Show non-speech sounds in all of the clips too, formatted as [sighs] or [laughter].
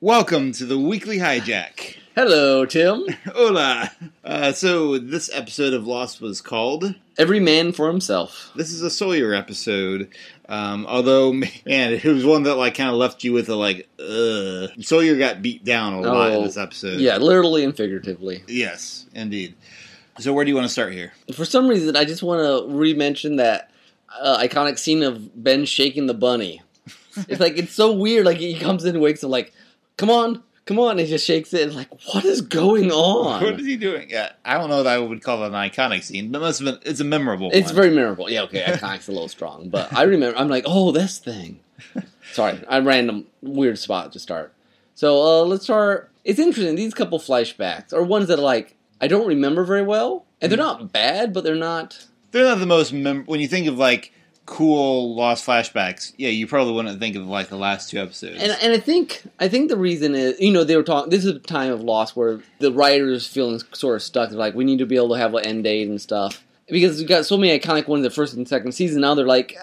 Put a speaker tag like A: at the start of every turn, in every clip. A: Welcome to the weekly hijack.
B: Hello, Tim.
A: Hola. Uh, so this episode of Lost was called.
B: Every man for himself.
A: This is a Sawyer episode. Um, although, man, it was one that like kind of left you with a like, ugh. Sawyer got beat down a lot in
B: Oh,
A: this episode.
B: Yeah, literally and figuratively.
A: Yes, indeed. So where do you want to start here?
B: For some reason, I just want to re-mention that uh, iconic scene of Ben shaking the bunny. It's like it's so weird. Like he comes in, and wakes up, like, "Come on, come on!" And he just shakes it. And like, what is going
A: What
B: on?
A: is he doing? Yeah, I don't know that I would call it an iconic scene, but it must have been, it's a memorable.
B: It's
A: one.
B: very memorable. Yeah, okay, iconic's a little strong, but I remember. I'm like, oh, this thing. Sorry, I random weird spot to start. So uh, let's start. It's interesting. These couple flashbacks are ones that like I don't remember very well, and they're not bad, but they're not.
A: They're not the most mem- when you think of like cool lost flashbacks. Yeah, you probably wouldn't think of like the last two episodes.
B: And and I think I think the reason is you know they were talking. This is a time of loss where the writers feeling sort of stuck. They're like, we need to be able to have an end date and stuff because we got so many iconic ones the first and second season. Now they're like,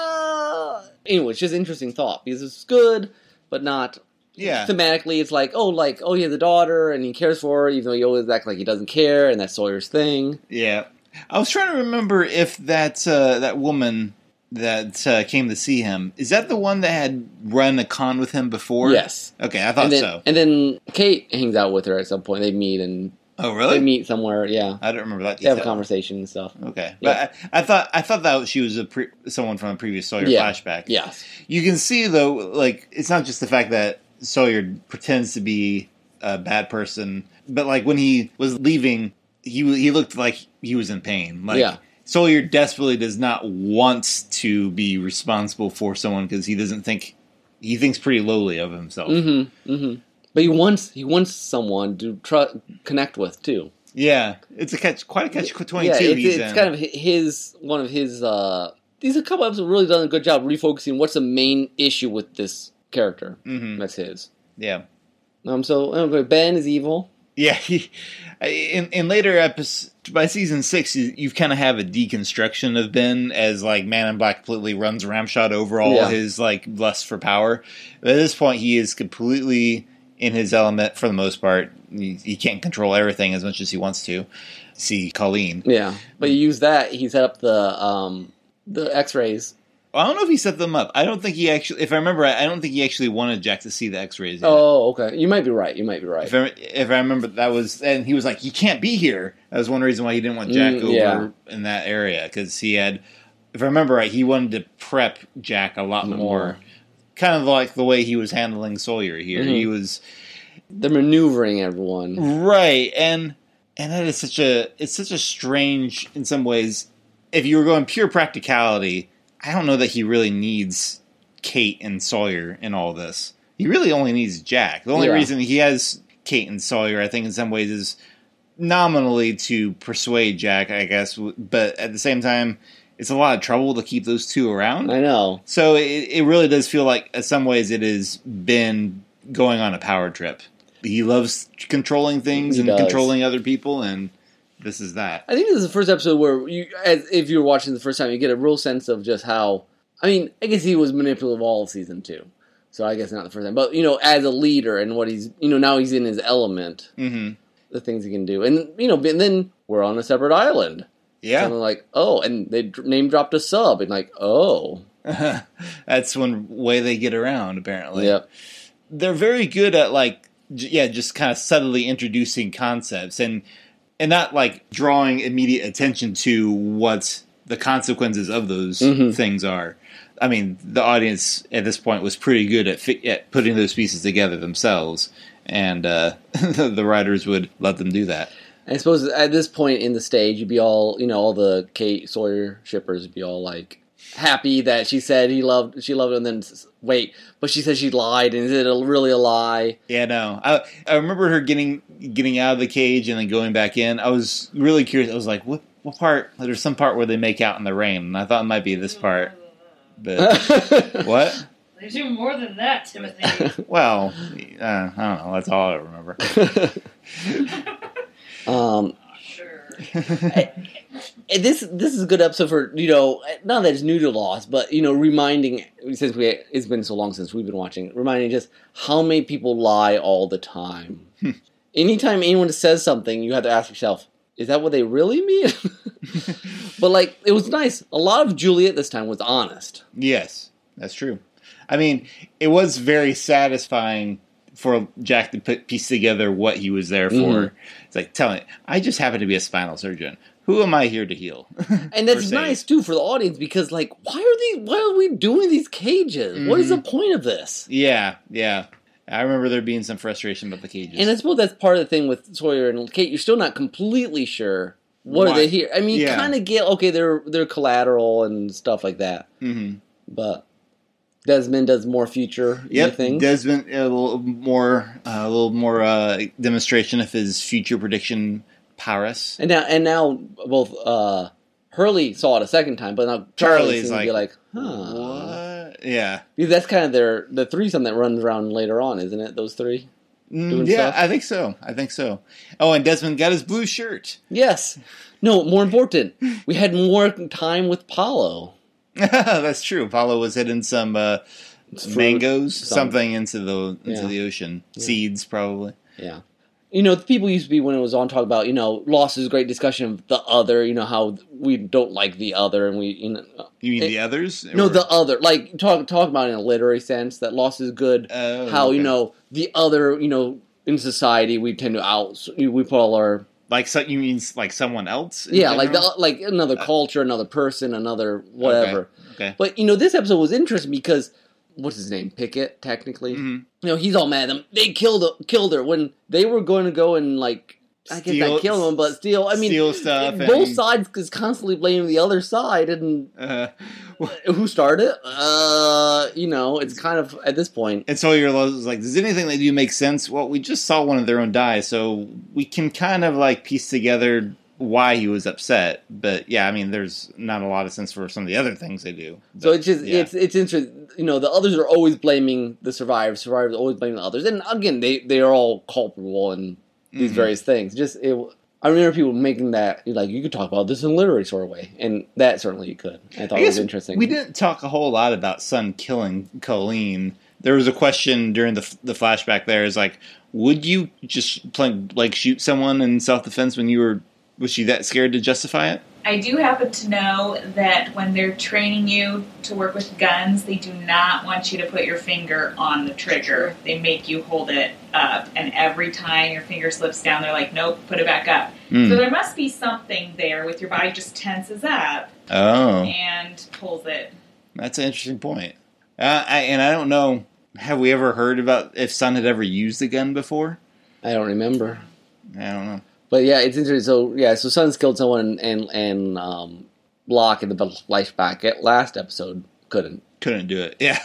B: ah. anyway, it's just interesting thought because it's good, but not
A: yeah,
B: thematically. It's like oh, like oh, he has a daughter and he cares for her, even though he always acts like he doesn't care, and that's Sawyer's thing.
A: yeah. I was trying to remember if that uh, that woman that uh, came to see him is that the one that had run a con with him before?
B: yes,
A: Okay, I thought
B: and then
A: so.
B: and then Kate hangs out with her at some point. They meet and
A: Oh,
B: they
A: really?
B: meet somewhere. Yeah,
A: I don't remember that.
B: they have a
A: detail.
B: conversation and stuff.
A: Okay, but I, I thought I thought that she was a pre- someone from a previous Sawyer
B: Yeah.
A: flashback.
B: Yes.
A: you can see though, like it's not just the fact that Sawyer pretends to be a bad person, but like when he was leaving, he he looked like he was in pain. Like
B: Yeah.
A: Sawyer desperately does not want to be responsible for someone because he doesn't think he thinks pretty lowly of himself.
B: Mm-hmm. hmm But he wants he wants someone to tru connect with too.
A: Yeah, it's a catch, quite a catch twenty two.
B: yeah, it's,
A: he's
B: it's
A: in.
B: kind of hi- his one of his. uh These a couple episodes really done a good job refocusing what's the main issue with this character.
A: Mhm.
B: That's his.
A: yeah.
B: Um. So okay, Ben is evil.
A: Yeah, [laughs] he, in in later episodes, by season six, you, you kind of have a deconstruction of Ben as like Man in Black completely runs ramshot over all
B: Yeah.
A: his like lust for power. But at this point, he is completely in his element for the most part. He, he can't control everything as much as he wants to. See Colleen.
B: Yeah. But you use that. He set up the um the X rays.
A: I don't know if he set them up. I don't think he actually. If I remember, right, I don't think he actually wanted Jack to see the X rays.
B: Oh, okay. You might be right. You might be right.
A: If I, if I remember, that was, and he was like, "You can't be here." That was one reason why he didn't want Jack
B: Mm,
A: over
B: yeah.
A: in that area because he had, if I remember right, he wanted to prep Jack a lot
B: Mm.
A: more, kind of like the way he was handling Sawyer here.
B: Mhm.
A: He was
B: They're maneuvering
A: Mm-hmm.
B: everyone.
A: right, and and that is such a it's such a strange in some ways. If you were going pure practicality, I don't know that he really needs Kate and Sawyer in all this. He really only needs Jack. The only
B: Yeah.
A: reason he has Kate and Sawyer, I think, in some ways, is nominally to persuade Jack, I guess. w- But at the same time, it's a lot of trouble to keep those two around.
B: I know.
A: So it, it really does feel like, in some ways, it has been going on a power trip. He loves controlling things
B: He
A: and
B: does.
A: controlling other people, and this is that.
B: I think this is the first episode where you, as if you were watching the first time, you get a real sense of just how. I mean, I guess he was manipulative all of season two, so I guess not the first time. But you know, as a leader and what he's, you know, now he's in his element,
A: hmm
B: the things he can do, and you know, and then we're on a separate island. And
A: Yeah.
B: I'm like, oh, and they dr- name dropped a sub, and like, oh,
A: [laughs] That's one way they get around, apparently.
B: yeah,
A: they're very good at like j- yeah just kind of subtly introducing concepts and and not like drawing immediate attention to what the consequences of those
B: Mhm.
A: things are i mean the audience at this point was pretty good at, fi- at putting those pieces together themselves and uh, [laughs] the writers would let them do that
B: I suppose at this point in the stage, you'd be all, you know, all the Kate Sawyer shippers would be all like happy that she said he loved, she loved him, and then s- wait, but she said she lied, and is it a- really a lie?
A: Yeah, no. I I remember her getting getting out of the cage and then going back in. I was really curious. I was like, what what part? There's some part where they make out in the rain, and I thought it might be this part. But [laughs] what?
C: They do more than that, Timothy.
A: Well, uh, I don't know. That's all I remember.
B: [laughs]
A: [laughs]
B: um,
C: sure.
B: and this this is a good episode for you know not that it's new to Lost, but you know reminding since we it's been so long since we've been watching, reminding just how many people lie all the time. Anytime anyone says something, you have to ask yourself, is that what they really mean? [laughs] but like it was nice. A lot of Juliet this time was honest.
A: Yes, that's true. I mean, it was very satisfying for Jack to put piece together what he was there for.
B: Mhm.
A: It's like telling, I just happen to be a spinal surgeon. Who am I here to heal? [laughs]
B: And that's
A: Mercedes.
B: nice too for the audience because like why are these why are we doing these cages? What is the point of this?
A: yeah, yeah. I remember there being some frustration about the cages.
B: And I suppose that's part of the thing with Sawyer and Kate. You're still not completely sure what
A: Why?
B: are they here. I mean,
A: Yeah.
B: you kind of get okay, they're they're collateral and stuff like that.
A: hmm
B: But Desmond does more future
A: Yep,
B: things.
A: Desmond a little more, a little more uh, demonstration of his future prediction powers.
B: and now and now both uh, Hurley saw it a second time, but now Charlie
A: Charlie's
B: seems to
A: like,
B: be like, huh.
A: What? Yeah.
B: Because that's kind of their the threesome that runs around later on, isn't it? Those three.
A: Mm,
B: doing
A: yeah,
B: stuff?
A: I think so. I think so. Oh, and Desmond got his blue shirt. [laughs]
B: Yes. No. More important, we had more time with Paulo.
A: That's true. Apollo was hitting some uh,
B: fruit,
A: mangoes,
B: something.
A: something into the into
B: Yeah.
A: the ocean, seeds probably.
B: Yeah. You know, the people used to be when it was on talk about, you know, loss is a great discussion of the other, you know, how we don't like the other and we, you know,
A: You mean
B: It-
A: the others?
B: no,
A: Or-
B: the other, like talk, talk about it in a literary sense that loss is good,
A: Oh,
B: how, you
A: okay.
B: know, the other, you know, in society we tend to out, we put all our,
A: like so, you mean like someone else? in
B: yeah, like the,
A: general? Uh,
B: like another culture, another person, another whatever.
A: okay.
B: But, you know, this episode was interesting because, what's his name? Pickett, technically.
A: Mhm.
B: You know, he's all mad at them. They killed killed her when they were going to go and like I guess
A: Steal-
B: not kill him, but steal. I mean,
A: steal stuff
B: Both
A: and-
B: sides is constantly blaming the other side, and
A: Uh, well,
B: who started? it? Uh, you know, it's kind of at this point.
A: and so you're was like, does anything they do make sense? Well, we just saw one of their own die, so we can kind of like piece together why he was upset. But yeah, I mean, there's not a lot of sense for some of the other things they do.
B: So it's just
A: yeah.
B: it's it's interesting. You know, the others are always blaming the survivors. Survivors always blaming the others, and again, they they are all culpable in these
A: Mhm.
B: various things. Just it, I remember people making that like you could talk about this in a literary sort of way, and that certainly you could. I thought
A: I
B: it
A: guess
B: was interesting.
A: We didn't talk a whole lot about Sun killing Colleen. There was a question during the the flashback. There is like, would you just play, like shoot someone in self defense when you were? Was she that scared to justify it?
D: I do happen to know that when they're training you to work with guns, they do not want you to put your finger on the trigger. They make you hold it up, and every time your finger slips down, they're like, nope, put it back up. So
A: Mm.
D: there must be something there with your body just tenses up
A: Oh,
D: and pulls it.
A: that's an interesting point. Uh, I, and I don't know. Have we ever heard about if Sun had ever used a gun before?
B: I don't remember.
A: I don't know.
B: But yeah, it's interesting. So yeah, so Suns killed someone and and um, Locke in the flashback at last episode couldn't.
A: Couldn't do it. [laughs] Yeah,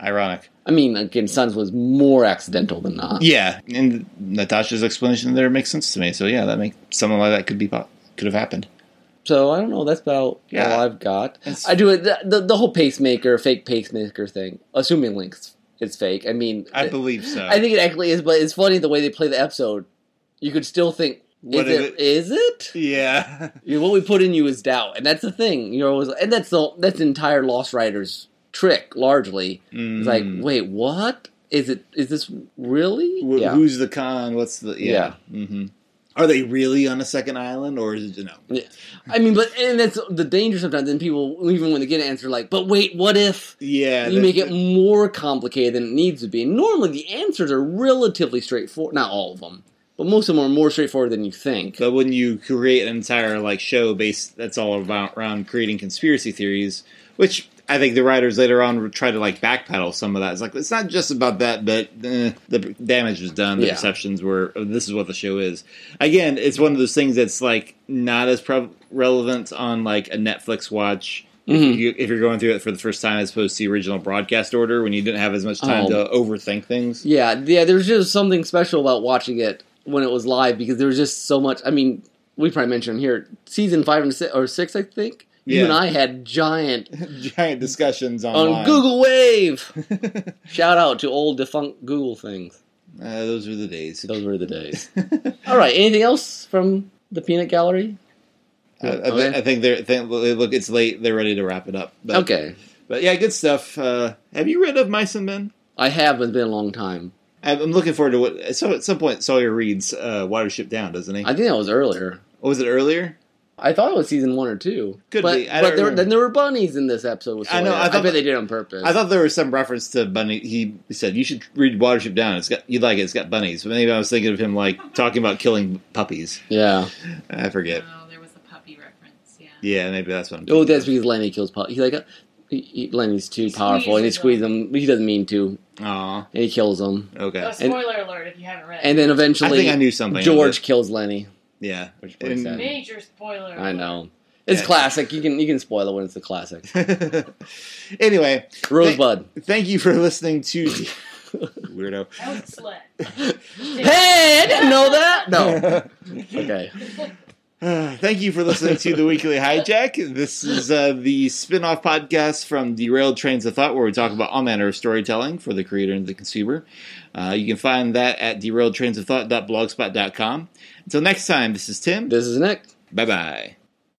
A: ironic.
B: I mean, again, Suns was more accidental than not.
A: Yeah, and Natasha's explanation there makes sense to me. So yeah, that makes something like that could be po- could have happened.
B: So I don't know. That's about
A: Yeah.
B: all I've got.
A: It's-
B: I do it. The, the, the whole pacemaker, fake pacemaker thing. Assuming Link's it's fake. I mean,
A: I
B: it-
A: believe so.
B: I think it actually is. But it's funny the way they play the episode. You could still think,
A: What
B: is
A: is
B: it? Is
A: [laughs]
B: it?
A: Yeah.
B: You know, what we put in you is doubt, and that's the thing. You're always, and that's the that's the entire Lost Writers trick, largely. It's like,
A: Mm.
B: wait, what is it? Is this really?
A: Wh-
B: yeah,
A: Who's the con? What's the yeah? hmm Are they really on a second island, or is it no?
B: I mean, but and that's the danger sometimes. And people, even when they get an answer, like, but wait, what if?
A: Yeah,
B: you
A: that-
B: make it more complicated than it needs to be. Normally, the answers are relatively straightforward. Not all of them, but most of them are more straightforward than you think.
A: But when you create an entire like show based that's all about around creating conspiracy theories, which I think the writers later on would try to like backpedal some of that. It's like it's not just about that, but eh, the damage was done. The
B: Yeah.
A: perceptions were oh, this is what the show is. Again, it's one of those things that's like not as prev relevant on like a Netflix watch.
B: Mhm.
A: If, you, if you're going through it for the first time, as opposed to the original broadcast order, when you didn't have as much time
B: Oh.
A: to overthink things.
B: Yeah, yeah. There was just something special about watching it when it was live because there was just so much. I mean, we probably mentioned here season five and six, or six, I think. You
A: Yeah.
B: and I had giant
A: [laughs] Giant discussions online. [laughs]
B: on Google Wave. Shout out to old defunct Google things.
A: Uh, those were the days. [laughs]
B: Those were the days. All right. Anything else from the Peanut Gallery?
A: I, I,
B: Okay.
A: thi- I think they're think, look. It's late. They're ready to wrap it up. But,
B: okay,
A: But yeah, good stuff. Uh, have you read of Mice and Men?
B: I have, but it's been a long time.
A: I'm I'm looking forward to what. So at some point, Sawyer reads uh, Watership Down, doesn't he?
B: I think that was earlier.
A: What was it earlier?
B: I thought it was season one or two.
A: Could
B: but,
A: be. I don't
B: but there,
A: remember.
B: then there were bunnies in this episode. With
A: I know,
B: Sawyer.
A: I
B: I,
A: thought-
B: bet they did it on purpose.
A: I thought there was some reference to bunny. He said you should read Watership Down. It's got you'd like it. It's got bunnies. But maybe I was thinking of him like talking about killing puppies.
B: yeah.
A: I forget.
D: No, Oh, there was a puppy reference. Yeah.
A: Yeah, maybe that's what I'm.
B: Oh,
A: thinking
B: that's because Lenny kills. Po- he like uh, he, he, Lenny's too
D: He
B: powerful, and he
D: squeezes
B: squeezes him. He doesn't mean to,
A: of. Aw,
B: and he kills him.
A: okay.
C: Oh, spoiler alert if you haven't read it.
B: And then
A: I
B: eventually,
A: think I knew something.
B: George kills Lenny.
A: Yeah. [laughs]
B: Which breaks
A: And-
C: Major spoiler alert.
B: I know. It's
A: Yeah.
B: classic. You can you can spoil it when it's the classic.
A: anyway,
B: [laughs] Rosebud.
A: thank you for listening to [laughs] weirdo.
C: That was a slut.
B: hey, I didn't know that. [laughs] No. Okay.
A: Uh, [sighs] Thank you for listening to the Weekly Hijack. This is uh, the spin off podcast from Derailed Trains of Thought, where we talk about all manner of storytelling for the creator and the consumer. Uh, you can find that at derailedtrainsofthought.blogspot.com. Until next time, this is Tim.
B: This is Nick.
A: Bye bye.